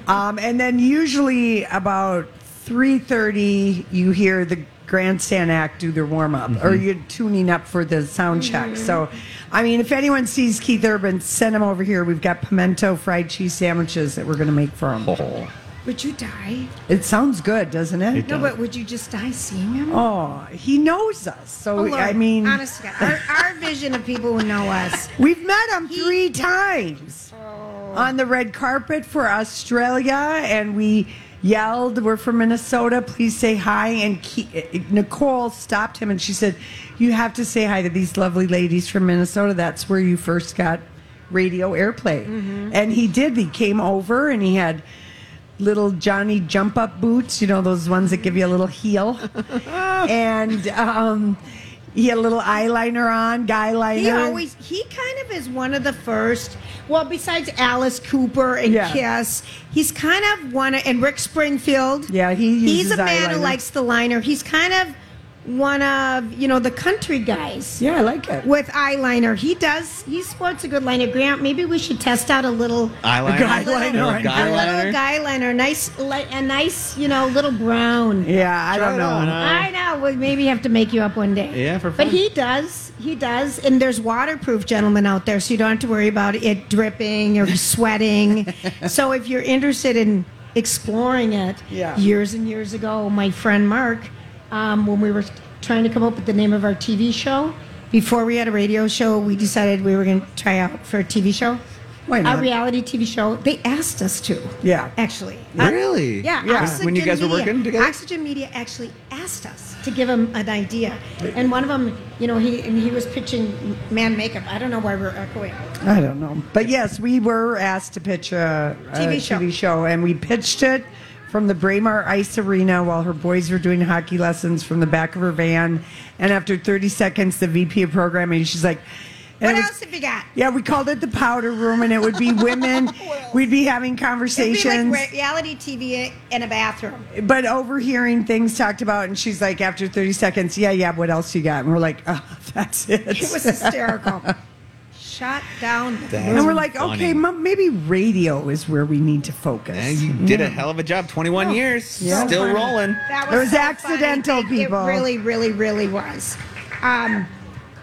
B: um, and then usually about three thirty, you hear the grandstand act do their warm up, or you're tuning up for the sound check. So, I mean, if anyone sees Keith Urban, send him over here. We've got pimento fried cheese sandwiches that we're going to make for him.
A: Oh.
D: Would you die?
B: It sounds good, doesn't it?
D: No, but would you just die seeing him?
B: Oh, he knows us, so
D: Oh, Lord.
B: I mean,
D: honest to God, our, our vision of people who know us.
B: We've met him three times
D: Oh.
B: on the red carpet for Australia, and we yelled, "We're from Minnesota. Please say hi." And Ke- Nicole stopped him, and she said, "You have to say hi to these lovely ladies from Minnesota. That's where you first got radio airplay."
D: Mm-hmm.
B: And he did. He came over, and he had little Johnny jump up boots, you know, those ones that give you a little heel. and um, he had a little eyeliner on, guy liner.
D: He always he kind of is one of the first. Well, besides Alice Cooper and
B: Yeah.
D: Kiss, he's kind of one. Of, and Rick Springfield.
B: Yeah, he
D: he's
B: uses
D: a man who
B: eyeliner.
D: likes the liner. He's kind of one of you know the country guys
B: Yeah, I like it.
D: with eyeliner. He does. He sports a good liner. Grant, maybe we should test out a little
A: Eyeliner.
B: Guyliner.
A: Guy
D: a
A: liner.
D: little guy liner. Nice, li- a nice, you know, little brown.
B: Yeah, I
A: Try
B: don't
A: it on,
B: know.
A: huh?
D: I know. We maybe have to make you up one day.
A: Yeah, for fun.
D: But he does. He does. And there's waterproof gentlemen out there, so you don't have to worry about it dripping or sweating. so if you're interested in exploring it,
B: Yeah.
D: years and years ago, my friend Mark, um, when we were trying to come up with the name of our TV show, before we had a radio show, we decided we were going to try out for a TV show.
B: Wait a
D: a
B: minute.
D: reality TV show. They asked us to.
B: Yeah.
D: Actually.
A: Really?
D: yeah.
B: Yeah.
D: Oxygen
A: When you guys were
D: Media-
A: working together?
D: Oxygen Media actually asked us to give him an idea, and one of them, you know, he and he was pitching man makeup. I don't know why we're echoing.
B: I don't know. But yes, we were asked to pitch a, a
D: TV show.
B: TV show, and we pitched it from the Braemar Ice Arena while her boys were doing hockey lessons from the back of her van. And after 30 seconds, the VP of programming, she's like, and
D: What
B: it was-
D: else have you got?
B: Yeah, we called it the powder room, and it would be women. We'd be having
D: It'd
B: conversations
D: be like reality TV in a bathroom.
B: but overhearing things talked about, and she's like, after 30 seconds, yeah, yeah, what else you got? And we're like, oh, that's it.
D: It was hysterical. Shut down.
B: and we're like,
A: Funny.
B: okay, mom, maybe radio is where we need to focus.
A: And
D: Mm-hmm.
A: you did a hell of a job. 21
D: Oh,
A: years.
B: Yeah.
A: Still
B: Funny.
A: rolling.
D: That
B: It was
D: so funny.
B: accidental,
D: It-
B: people.
D: It really, really, really was. Um,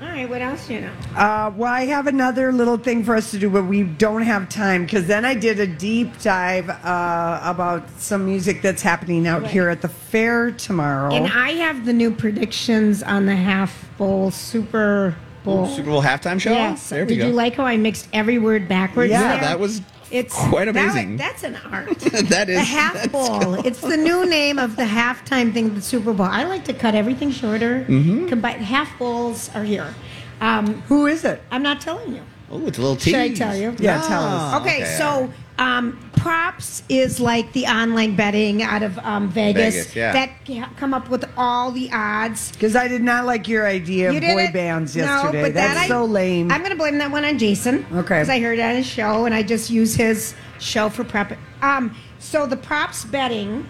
D: all right, what else do you know?
B: Uh, well, I have another little thing for us to do, but we don't have time because then I did a deep dive uh, about some music that's happening out here at the fair tomorrow.
D: And
A: Oh.
D: I have the new predictions on the half bowl Super Bowl.
A: Super Bowl halftime show?
D: Yes.
A: There we
D: Did
A: go.
D: you like how I mixed every word backwards?
B: Yeah,
D: there?
A: that was quite
D: that-
A: amazing.
D: that's an art.
A: That is-
D: the half
A: that's
D: bowl. It's the new name of the halftime thing, of the Super Bowl. I like to cut everything shorter.
A: Mm-hmm.
D: Combine half bowls are here. Um,
B: Who is it?
D: I'm not telling you.
A: Oh, Ah, it's a little tease.
D: Should I tell you?
B: Yeah, tell us.
D: Okay, so um, props is like the online betting out of um, Vegas,
A: Vegas, yeah.
D: that ca- come up with all the odds.
B: Because I did not like your idea of
D: You
B: boy
D: didn't-
B: bands
D: no,
B: yesterday.
D: but that
B: that's
D: I-
B: so lame.
D: I'm going to blame that one on Jason.
B: Okay.
D: Because I heard it on his show, and I just use his show for prep. Um, so the props betting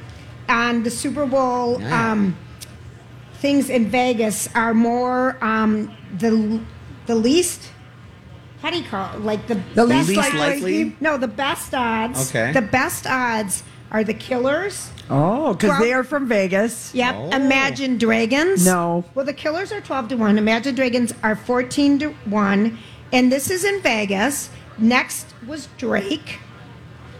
D: on the Super Bowl um, things in Vegas are more um, the the least. How do you call it? Like the
B: The
D: best
B: least
A: likely?
D: No, the best odds.
A: Okay.
D: The best odds are the Killers.
B: oh, because
D: Well-
B: they are from Vegas.
D: Yep. Imagine Dragons.
B: No.
D: Well, the Killers are 12 to 1. Imagine Dragons are 14 to 1. And this is in Vegas. Next was Drake.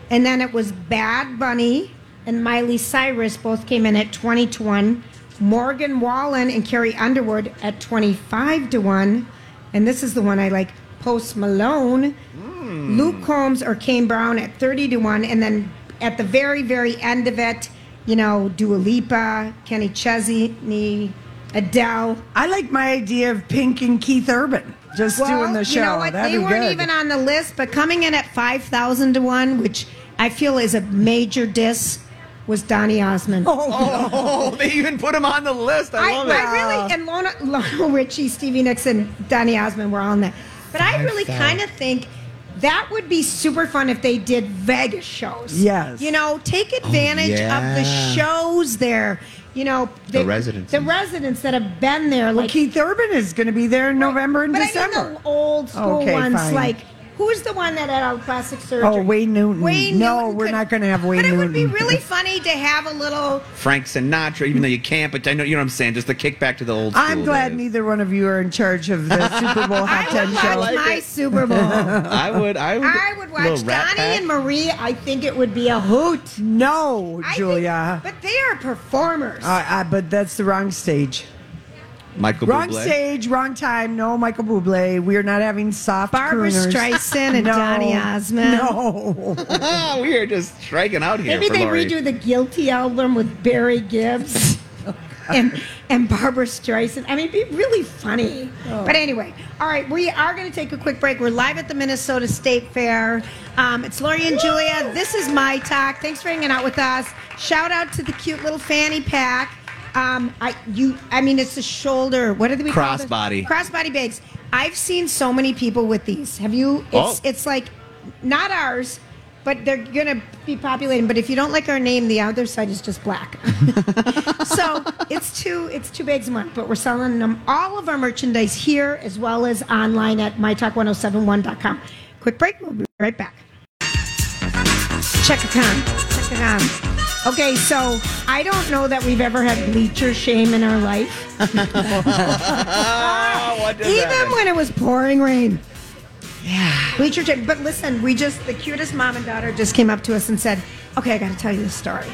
D: And then it was Bad Bunny and Miley Cyrus both came in at 20 to 1. Morgan Wallen and Carrie Underwood at 25 to 1. And this is the one I like Post Malone, Luke Combs or Kane Brown at 30 to 1. And then at the very, very end of it, you know, Dua Lipa, Kenny Chesney, Adele.
B: I like my idea of Pink and Keith Urban just doing the show.
D: You know what?
B: That'd
D: they
B: be
D: weren't
B: good.
D: even on the list, but coming in at 5,000 to 1, which I feel is a major diss, was Donny Osmond.
A: Oh, they even put him on the list. I,
D: I,
A: love it.
D: I really, and Lona, Lionel Richie, Stevie Nicks, and Donny Osmond were on that. But I really kind of think that would be super fun if they did Vegas shows.
B: Yes. Oh,
D: You know, take advantage of the
A: yeah.
D: shows there. You know,
A: The residents.
D: The residents that have been there.
B: Well,
D: Like,
B: Keith Urban is going to be there in November and
D: but
B: December.
D: I mean the old school
B: Okay,
D: ones,
B: fine.
D: like who's the one that had all the plastic surgery?
B: Oh, Wayne Newton.
D: Wayne
B: No,
D: Newton
B: we're
D: could-
B: not gonna have Wayne
D: But it would be
B: Newton.
D: really funny to have a little.
A: Frank Sinatra, even though you can't, but I know you know what I'm saying. Just the kickback to the old.
B: I'm
A: school
B: glad
A: days.
B: neither one of you are in charge of the Super Bowl
D: I would
B: halftime
D: watch
B: show.
D: my Super Bowl.
A: I would. I would.
D: I would watch
A: little Rat
D: Donnie
A: Pack.
D: and Marie. I think it would be a hoot,
B: No,
D: I think-
B: Julia.
D: but they are performers.
B: I, I, but that's the wrong stage.
A: Michael
B: Wrong
A: Bublé.
B: stage, wrong time. No, Michael Bublé. We are not having soft
D: Barbara
B: crooners.
D: Streisand and
B: No.
D: Donny Osmond.
B: No.
A: Ah, we are just striking out here.
D: Maybe
A: for
D: they
A: Lori.
D: redo the Guilty album with Barry Gibbs and and Barbara Streisand. I mean, it'd be really funny.
A: Oh.
D: But anyway, all right, we are going to take a quick break. We're live at the Minnesota State Fair. Um, it's Lori and Julia. This is my talk. Thanks for hanging out with us. Shout out to the cute little fanny pack. Um, I you I mean it's the shoulder. What are we call them?
A: Crossbody.
D: Crossbody bags. I've seen so many people with these. Have you? It's
A: Oh.
D: it's like not ours. but they're gonna be populating. But if you don't like our name, the other side is just black. so it's two it's two bags a month, but we're selling them all of our merchandise here as well as online at mytalk1071.com. Quick break, we'll be right back. Check it on. Check it on. Okay, so I don't know that we've ever had bleacher shame in our life.
A: Oh, what does
D: Even
A: that mean?
D: when it was pouring rain. Yeah. Bleacher tape. But listen, we just, the cutest mom and daughter just came up to us and said, okay, I got to tell you this story.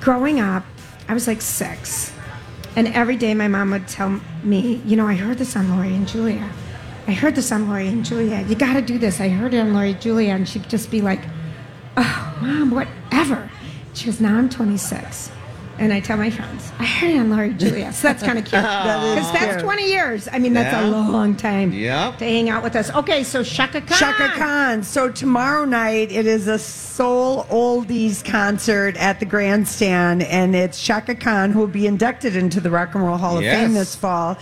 D: Growing up, I was like six. And every day my mom would tell me, you know, I heard this on Lori and Julia. I heard this on Lori and Julia. You got to do this. I heard it on Lori and Julia. And she'd just be like, oh, mom, whatever. She goes, now I'm 26. And I tell my friends, I heard it on Lori and Julia. So that's kind of cute. Because that's 20 years. I mean, that's
A: Yeah.
D: a long time
A: Yep.
D: to hang out with us. Okay, so Shaka Khan.
B: Shaka Khan. So tomorrow night it is a soul oldies concert at the grandstand, and it's Shaka Khan who will be inducted into the Rock and Roll Hall
A: Yes.
B: of Fame this fall,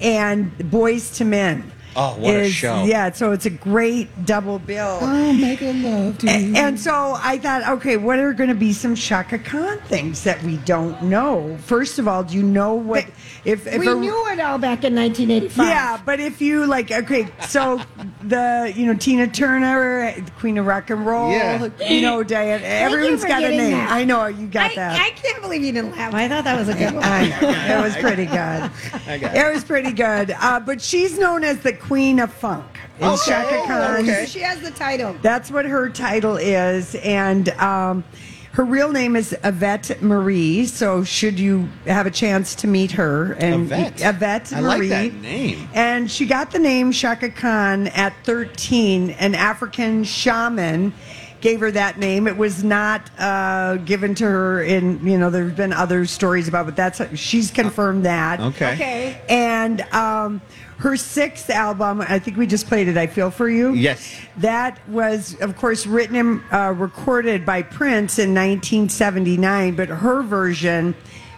B: and Boys to Men.
A: Oh, what a
B: is-
A: show.
B: Yeah, so it's a great double bill. Oh, make a love to you. And so I thought, okay, what are going to be some Shaka Khan things that we don't know? First of all, do you know what if, if
D: We
B: a-
D: knew it all back in 1985.
B: yeah, but if you like, okay, so the you know Tina Turner, the Queen of Rock and Roll,
A: Yeah.
B: you know Diane, everyone's
D: for
B: got a
D: getting
B: name.
D: that.
B: I know you got
D: I,
B: that.
D: I can't believe you didn't laugh. I thought that was a good one.
B: I know. It was pretty good.
A: got
B: It was pretty good. Uh, but she's known as the Queen of Funk. in
A: Okay.
B: Shaka Khan.
A: Okay.
D: She has the title.
B: That's what her title is. And um, her real name is Yvette Marie. So, should you have a chance to meet her? And
A: Yvette.
B: Yvette
A: I
B: Marie.
A: like that name.
B: And she got the name Shaka Khan at 13. An African shaman gave her that name. It was not uh, given to her in, you know, there have been other stories about, but that's, she's confirmed that.
A: Uh, Okay.
D: Okay.
B: And um, her sixth album, I think we just played it, I Feel For You.
A: Yes.
B: That was, of course, written and uh, recorded by Prince in 1979, but her version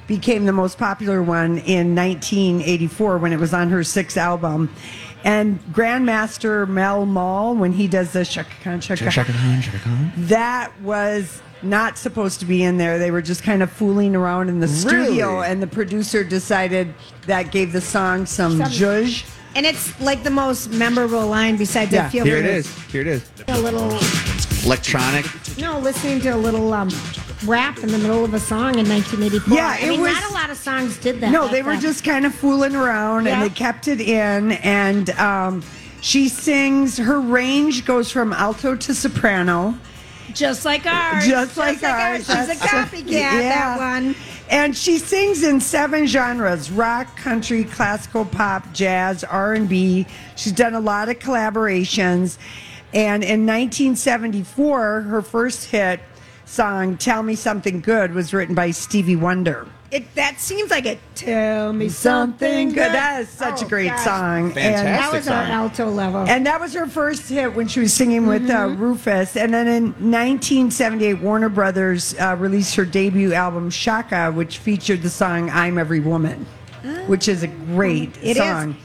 B: became the most popular one in 1984 when it was on her sixth album. And Grandmaster Mel Mall, when he does the Shaka Khan, Shaka,
A: Shaka Khan, Shaka Khan.
B: that was not supposed to be in there. They were just kind of fooling around in the studio,
A: Really?
B: and the producer decided that gave the song some
D: Some-
B: zhuzh.
D: And it's like the most memorable line besides
B: Yeah.
D: I feel
A: Here it
D: very-
A: is. Here it is.
D: A little,
A: Electronic.
D: no, listening to a little um, rap in the middle of a song in 1984.
B: Yeah,
D: I
B: it
D: mean,
B: was-
D: not a lot of songs did that.
B: No,
D: back
B: they were
D: then.
B: just kind of fooling around,
D: Yeah.
B: and they kept it in. And um, she sings. Her range goes from alto to soprano.
D: just like ours.
B: just like, ours.
D: She's a
B: That's-
D: copycat. That one.
B: And she sings in seven genres: rock, country, classical, pop, jazz, R and B. She's done a lot of collaborations, and in 1974, her first hit song "Tell Me Something Good" was written by Stevie Wonder.
D: It, that seems like it. Tell me
B: Something
D: something
B: good. That is such
D: Oh,
B: a great
D: gosh.
B: song. And-
A: Fantastic.
D: That was our
A: song.
D: alto level.
B: And that was her first hit when she was singing with uh,
D: Mm-hmm.
B: Rufus. And then in 1978, Warner Brothers uh, released her debut album, Shaka, which featured the song I'm Every Woman, which is a great
D: It is.
B: song.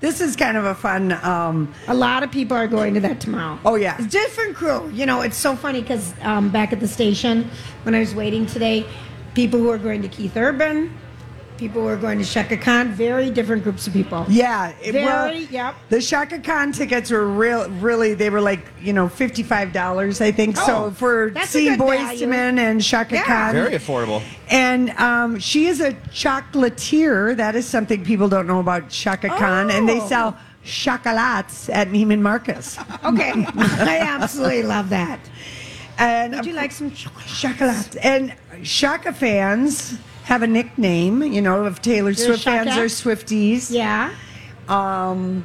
B: This is kind of a fun. Um,
D: A lot of people are going to that tomorrow.
B: Oh, yeah.
D: It's different crew. You know, it's so funny because um, back at the station when I was waiting today, people who are going to Keith Urban, people who are going to Shaka Khan, very different groups of people.
B: yeah, it-
D: Very,
B: well,
D: yep.
B: The Shaka Khan tickets were real, really. They were like you know fifty five dollars, I think.
A: Oh.
B: so for
D: That's a
B: seeing
D: good
B: Boys
D: value.
B: to Men and Shaka
D: Yeah.
B: Khan,
A: Very affordable.
B: And um, she is a chocolatier. That is something people don't know about Shaka Khan. And they
D: Oh.
B: sell chocolates at Neiman Marcus.
D: Okay. I absolutely love that.
B: And
D: Would you like some
B: chocolates? And Shaka fans have a nickname, you know, of Taylor Swift
D: Shaka?
B: fans are Swifties.
D: Yeah.
B: Um,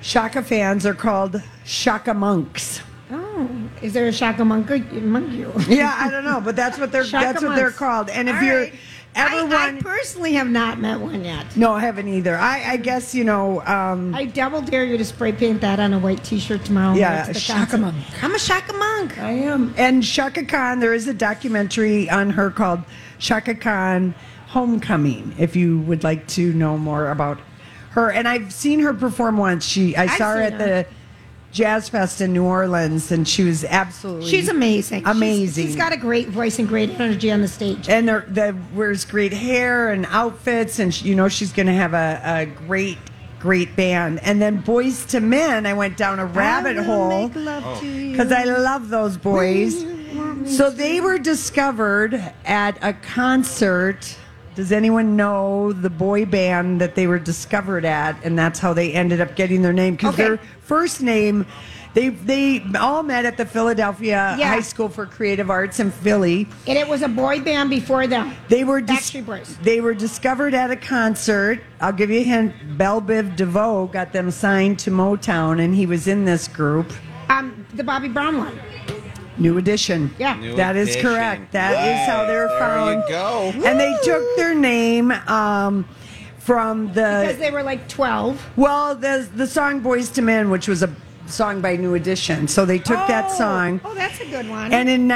B: Shaka fans are called Shaka monks.
D: Oh, is there a Shaka monkey among you?
B: Yeah, I don't know, but that's what they're
D: Shaka
B: that's what they're
D: monks.
B: called. And if
D: All
B: you're
D: right.
B: ever
D: I, I
B: one,
D: personally have not met one yet.
B: no, I haven't either. I, I guess you know. Um,
D: I double dare you to spray paint that on a white T-shirt tomorrow. and
B: Yeah,
D: wear it to the
B: Shaka
D: concert.
B: monk.
D: I'm a Shaka monk.
B: I am. And Shaka Khan, there is a documentary on her called Shaka Khan Homecoming, if you would like to know more about her. And I've seen her perform once. She I
D: I've
B: saw her at
D: seen her.
B: the Jazz Fest in New Orleans, and she was absolutely
D: She's amazing. She's-
B: Amazing.
D: she's got a great voice and great energy on the stage.
B: and they're- they wears great hair and outfits, and she, you know she's going to have a, a great, great band. And then Boys to Men, I went down a rabbit
D: I will
B: hole
D: make love to you.
B: because I love those boys. So they were discovered at a concert. Does anyone know the boy band that they were discovered at, and that's how they ended up getting their name? Because
D: Okay.
B: their first name, they they all met at the Philadelphia
D: Yeah.
B: High School for Creative Arts in Philly.
D: And it was a boy band before them.
B: They were dis-
D: Backstreet Boys.
B: They were discovered at a concert. I'll give you a hint. Bell Biv DeVoe got them signed to Motown, and he was in this group.
D: Um, the Bobby Brown one.
B: New Edition.
D: Yeah.
B: that
D: New
B: is
A: Edition.
B: correct. That is how they were
A: Wow,
B: found.
A: There you go.
B: And they took their name um, from the
D: Because they were like 12.
B: well, the the song "Boys to Men," which was a song by New Edition. So they took that
D: Oh.
B: song.
D: Oh, that's a good one.
B: And in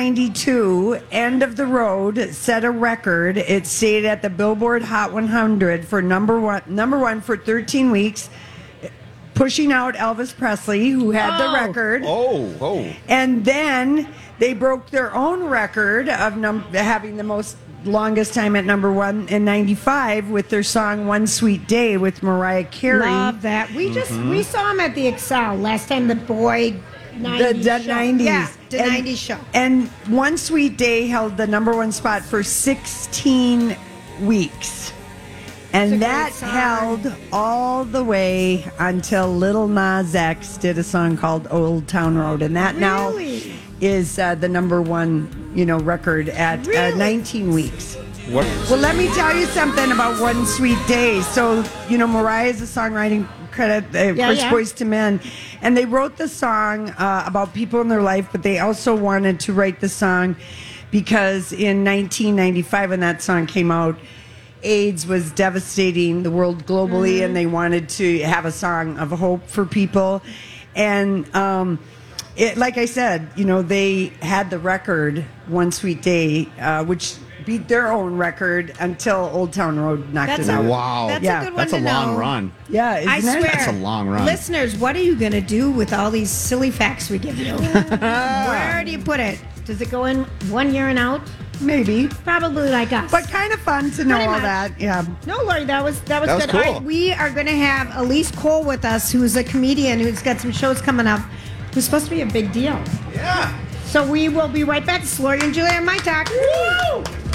B: 1992, End of the Road set a record. It stayed at the Billboard Hot 100 for number one, number one for 13 weeks, pushing out Elvis Presley, who had the
D: Oh.
B: record.
A: Oh, oh.
B: And then they broke their own record of num- having the most longest time at number one in 95 with their song One Sweet Day with Mariah Carey.
D: Love that. We just we saw him at the Excel last time. The boy, 90s
B: the, the
D: show.
B: 90s.
D: Yeah, the
B: And-
D: 90s show.
B: And One Sweet Day held the number one spot for 16 weeks.
D: It's a
B: And
D: great
B: that
D: song.
B: held all the way until Little Nas X did a song called Old Town Road. And that
D: Really?
B: now is uh, the number one, you know, record at uh,
D: Really?
B: 19 weeks.
A: What?
B: Well, let me tell you something about One Sweet Day. So, you know, Mariah's a songwriting credit, uh,
D: Yeah,
B: first
D: yeah.
B: voice to men. And they wrote the song uh, about people in their life, but they also wanted to write the song because in 1995, when that song came out, AIDS was devastating the world globally, and they wanted to have a song of hope for people. And, um, it, like I said, you know, they had the record One Sweet Day, uh, which beat their own record until Old Town Road knocked it
D: That's a-
B: out.
A: Wow.
D: That's
B: Yeah.
D: a good one
A: That's a
D: to
A: long
D: know.
A: run.
B: Yeah, isn't
D: I swear.
B: It?
A: That's a long run.
D: Listeners, what are you going to do with all these silly facts we give you? Where do you put it? Does it go in one year and out?
B: Maybe,
D: Probably like us.
B: but kind of fun to know
D: Pretty
B: all
D: much.
B: that. Yeah.
D: No, Lori, that was that was
A: That was
D: good. All
A: cool.
D: right, we are going to have Elise Cole with us, who's a comedian who's got some shows coming up, who's supposed to be a big deal.
A: Yeah.
D: So we will be right back. It's Lori and Julia on my talk. Woo!